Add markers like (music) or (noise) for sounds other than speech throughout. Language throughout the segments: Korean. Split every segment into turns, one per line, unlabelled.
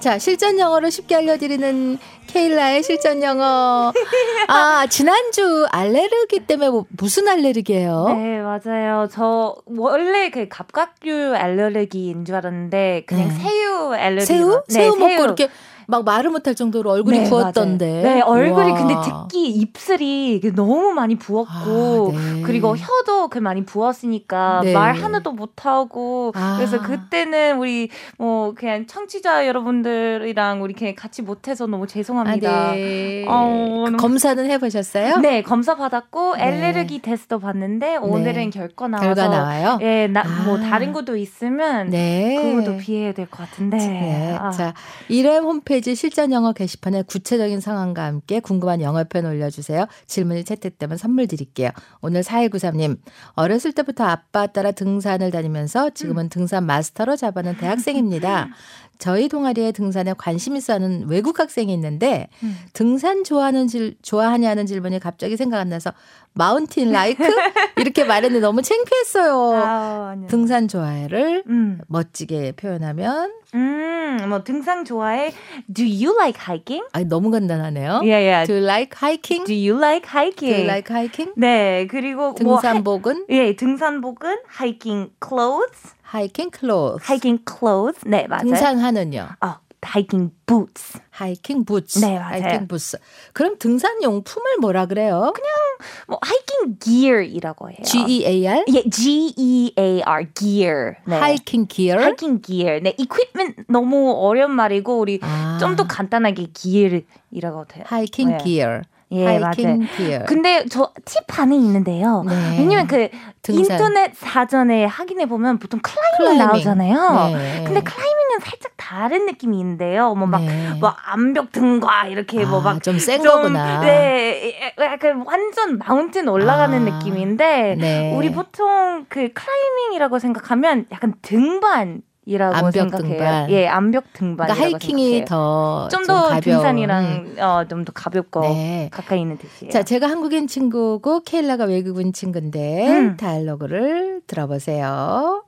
자, 실전 영어로 쉽게 알려드리는 케일라의 실전
(laughs)
영어. 아, 지난주 알레르기 때문에 뭐- 무슨 알레르기예요?
네, 맞아요. 저 원래 그 갑각류 알레르기인 줄 알았는데 그냥
네.
새우 알레르기.
새우?
네,
새우 먹고 이렇게 막 말을 못할 정도로 얼굴이
네,
부었던데.
맞아요. 네, 얼굴이
우와.
근데 특히 입술이 그 너무 많이 부었고
아, 네.
그리고 혀도 그 많이 부었으니까
네.
말 하나도 못 하고
아.
그래서 그때는 우리 뭐 그냥 청취자 여러분들이랑 우리 이렇게 같이 못 해서 너무 죄송합니다.
아, 네.
어,
그
너무-
검사는 해보셨어요?
네, 검사 받았고
네.
알레르기 테스트도 봤는데 오늘은 결과 나와서
결과 나와요?
예, 나, 뭐
어. 아.
다른 것도 있으면
네.
그것도 비해야 될 것 같은데.
네.
아.
자, 일회 홈페이지 실전 영어 게시판에 구체적인 상황과 함께 궁금한 영어 표현 올려주세요. 질문이 채택되면 선물 드릴게요. 오늘 4193님, 어렸을 때부터 아빠 따라 등산을 다니면서 지금은 등산 마스터로 잡아는
(laughs)
대학생입니다. 저희 동아리에 등산에 관심 있어 하는 외국 학생이 있는데,
음.
등산 좋아하는 질, 좋아하냐는 질문이 갑자기 생각 안 나서, 마운틴
(laughs)
라이크? 이렇게 말했는데 너무 창피했어요.
아우, 네. 아니요.
등산 좋아해를
음.
멋지게 표현하면
음, 뭐 등산 좋아해? Do you like hiking?
아 너무 간단하네요.
Yeah, yeah.
Do you like hiking?
Do you like
Do you
hiking?
like hiking?
네, 그리고 예. 뭐 하-
등산복은
예, 등산복은 hiking clothes,
hiking clothes.
hiking clothes. 네, 맞아요.
등산화는요.
어, hiking boots.
hiking boots.
네, 맞아요.
hiking boots. 그럼 등산 용품을 뭐라 그래요?
뭐 hiking gear이라고 해요.
G E A R.
예, G E A R gear. 네.
hiking gear.
hiking gear. 네, equipment 너무 어려운 말이고 우리
아.
좀 더 간단하게 gear이라고 해요.
hiking
네.
gear.
예,
hiking
맞아요.
gear.
근데 저 팁 하나 있는데요.
네.
왜냐면 그
등산.
인터넷 사전에 확인해 보면 보통 클라이밍,
클라이밍.
나오잖아요.
네.
뭐 근데 클라이밍은 살짝 다른 느낌이 있는데요. 뭐 막
네.
뭐 암벽 등과 이렇게
아,
뭐 막
좀센
좀,
거구나.
네, 약간 완전 마운틴 올라가는
아,
느낌인데
네.
우리 보통 그 클라이밍이라고 생각하면 약간 등반이라고
암벽
생각해요.
등반.
예, 암벽 등반.
그러니까 하이킹이 더좀
좀더
가벼운. 음.
등산이랑 어, 좀 더 가볍고
네.
가까이 있는 뜻이에요.
자, 제가 한국인 친구고 케일라가 외국인 친구인데
음.
다이얼로그를 들어보세요.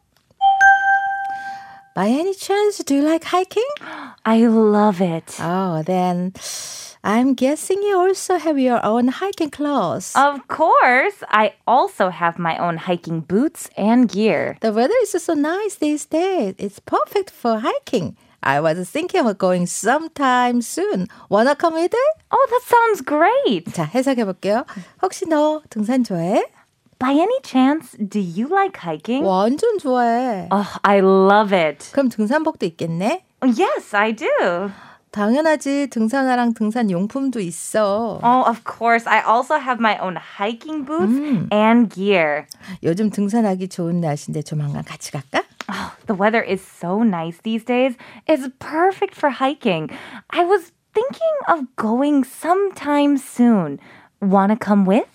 By any chance, do you like hiking?
I love it.
Oh, then I'm guessing you also have your own hiking clothes.
Of course, I also have my own hiking boots and gear.
The weather is so nice these days. It's perfect for hiking. I was thinking about going sometime soon. Wanna come with it?
Oh, that sounds great.
자, 해석해 볼게요. 혹시 너 등산 좋아해?
By any chance, do you like hiking?
완전 좋아해.
Oh, I love it.
그럼 등산복도 있겠네?
Yes, I do.
당연하지 등산화랑 등산 용품도 있어.
Oh, of course. I also have my own hiking boots
Mm.
and gear.
요즘 등산하기 좋은 날씨인데 조만간 같이 갈까?
Oh, the weather is so nice these days. It's perfect for hiking. I was thinking of going sometime soon. Wanna come with?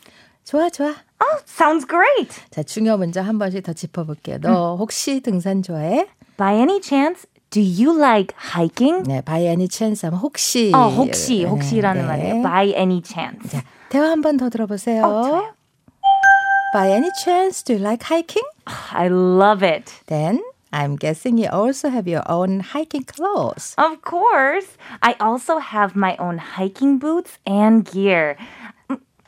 좋아 좋아.
Oh, sounds great.
자 중요 문제 한 번씩 더 짚어볼게요.
음.
너 혹시 등산 좋아해?
By any chance, do you like hiking?
네, by any chance 하면 혹시.
어, 혹시
네,
혹시라는
네.
말이에요. By any chance.
자 대화 한 번 더 들어보세요.
어, 좋아요.
By any chance, do you like hiking?
I love it.
Then I'm guessing you also have your own hiking clothes.
Of course. I also have my own hiking boots and gear.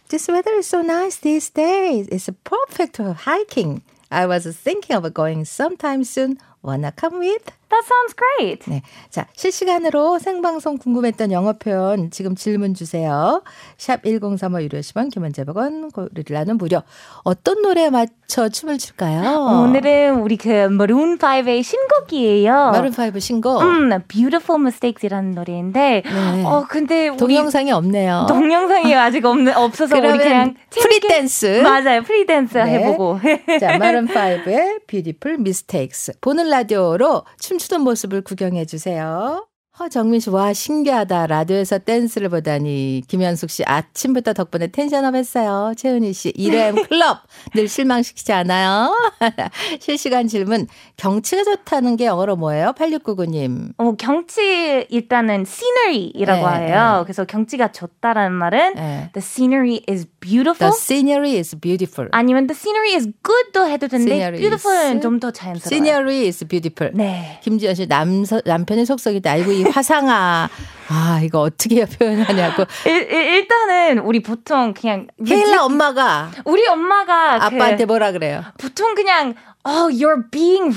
This weather is so nice these days. It's perfect for hiking. I was thinking of going sometime soon. Wanna come with?
That sounds great.
네. 자, 실시간으로 생방송 궁금했던 영어 표현 지금 질문 주세요. 샵 1035 유료 10원, 김현재 100원, 고릴라는 무료. 어떤 노래에 맞춰 춤을 출까요?
오늘은 우리 그 Maroon 5의 신곡이에요.
마룬5 신곡.
음, Beautiful Mistakes이라는 노래인데,
네.
어 근데 우리
동영상이 없네요.
(laughs) 동영상이 아직 없는 없어서 우리 그냥
그러면
재밌게-
프리댄스.
맞아요 프리댄스
네.
해보고 (laughs)
자, 마룬5의 Beautiful Mistakes. 보는 라디오로 춤추는 모습을 구경해 주세요. 허정민 씨, 와, 신기하다. 라디오에서 댄스를 보다니. 김현숙 씨, 아침부터 덕분에 텐션업 했어요. 최은희 씨, 이름 클럽. 늘 실망시키지 않아요. (laughs) 실시간 질문. 경치가 좋다는 게 영어로 뭐예요? 8699님.
어, 경치 일단은 scenery이라고
네,
해요. 그래서 경치가 좋다라는 말은
네.
the scenery is
The
beautiful
scenery is beautiful.
어? 아니면 the scenery is good도 해도 되는데
Scenery
beautiful은
is-
좀 더 자연스러워요.
scenery is beautiful.
네.
김지현 씨, 남서, 남편의 속썩이다. 아이고, 이
(laughs)
화상아. 아, 이거 어떻게 표현하냐고.
일, 일, 일단은 우리 보통 그냥
케일라 엄마가
우리 엄마가 그
아빠한테 뭐라 그래요?
보통 그냥 oh you're being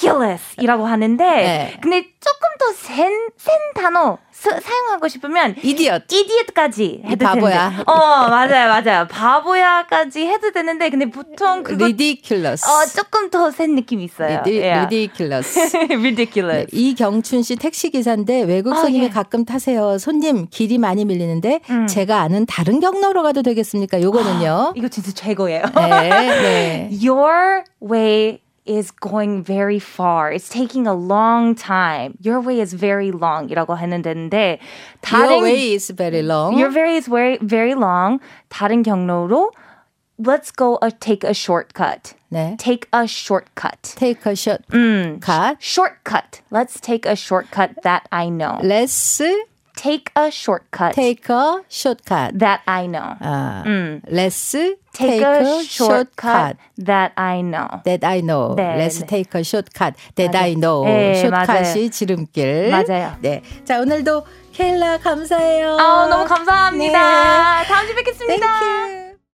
ridiculous이라고 하는데
네.
근데 조금 더 센 센 단어 서- 사용하고 싶으면
이디엇.
이디엇까지 해도
바보야.
되는데. 어 맞아요 맞아요 바보야까지 해도 되는데 근데 보통 그거
ridiculous.
어 예, 조금 더 센 느낌이 있어요.
리디,
Yeah.
ridiculous.
(laughs)
네,
ridiculous.
이경춘 씨 택시 기사인데 외국
아,
손님이
예.
가끔 타세요. 손님 길이 많이 밀리는데
음.
제가 아는 다른 경로로 가도 되겠습니까? 요거는요.
아, 이거 진짜 최고예요.
네, 네.
Your way is going very far. It's taking a long time. Your way is very long이라고 했는데 (laughs) 다른
Your way is very long.
Your way is very very long. 다른 경로로 let's go a, take a shortcut.
네.
Take a shortcut.
Take a short
음.
cut.
Shortcut. Let's take a shortcut that I know.
Let's
Take a shortcut
take a shortcut.
that I know.
아,
음.
Let's
Take, a, shortcut that I know.
that I know.
네,
Let's
네.
take a shortcut that
맞아요.
I know.
네,
shortcut이
맞아요.
지름길.
맞아요.
네. 자, 오늘도 케일라 감사해요.
아, 너무 감사합니다. 다음 주에 뵙겠습니다.
Thank you.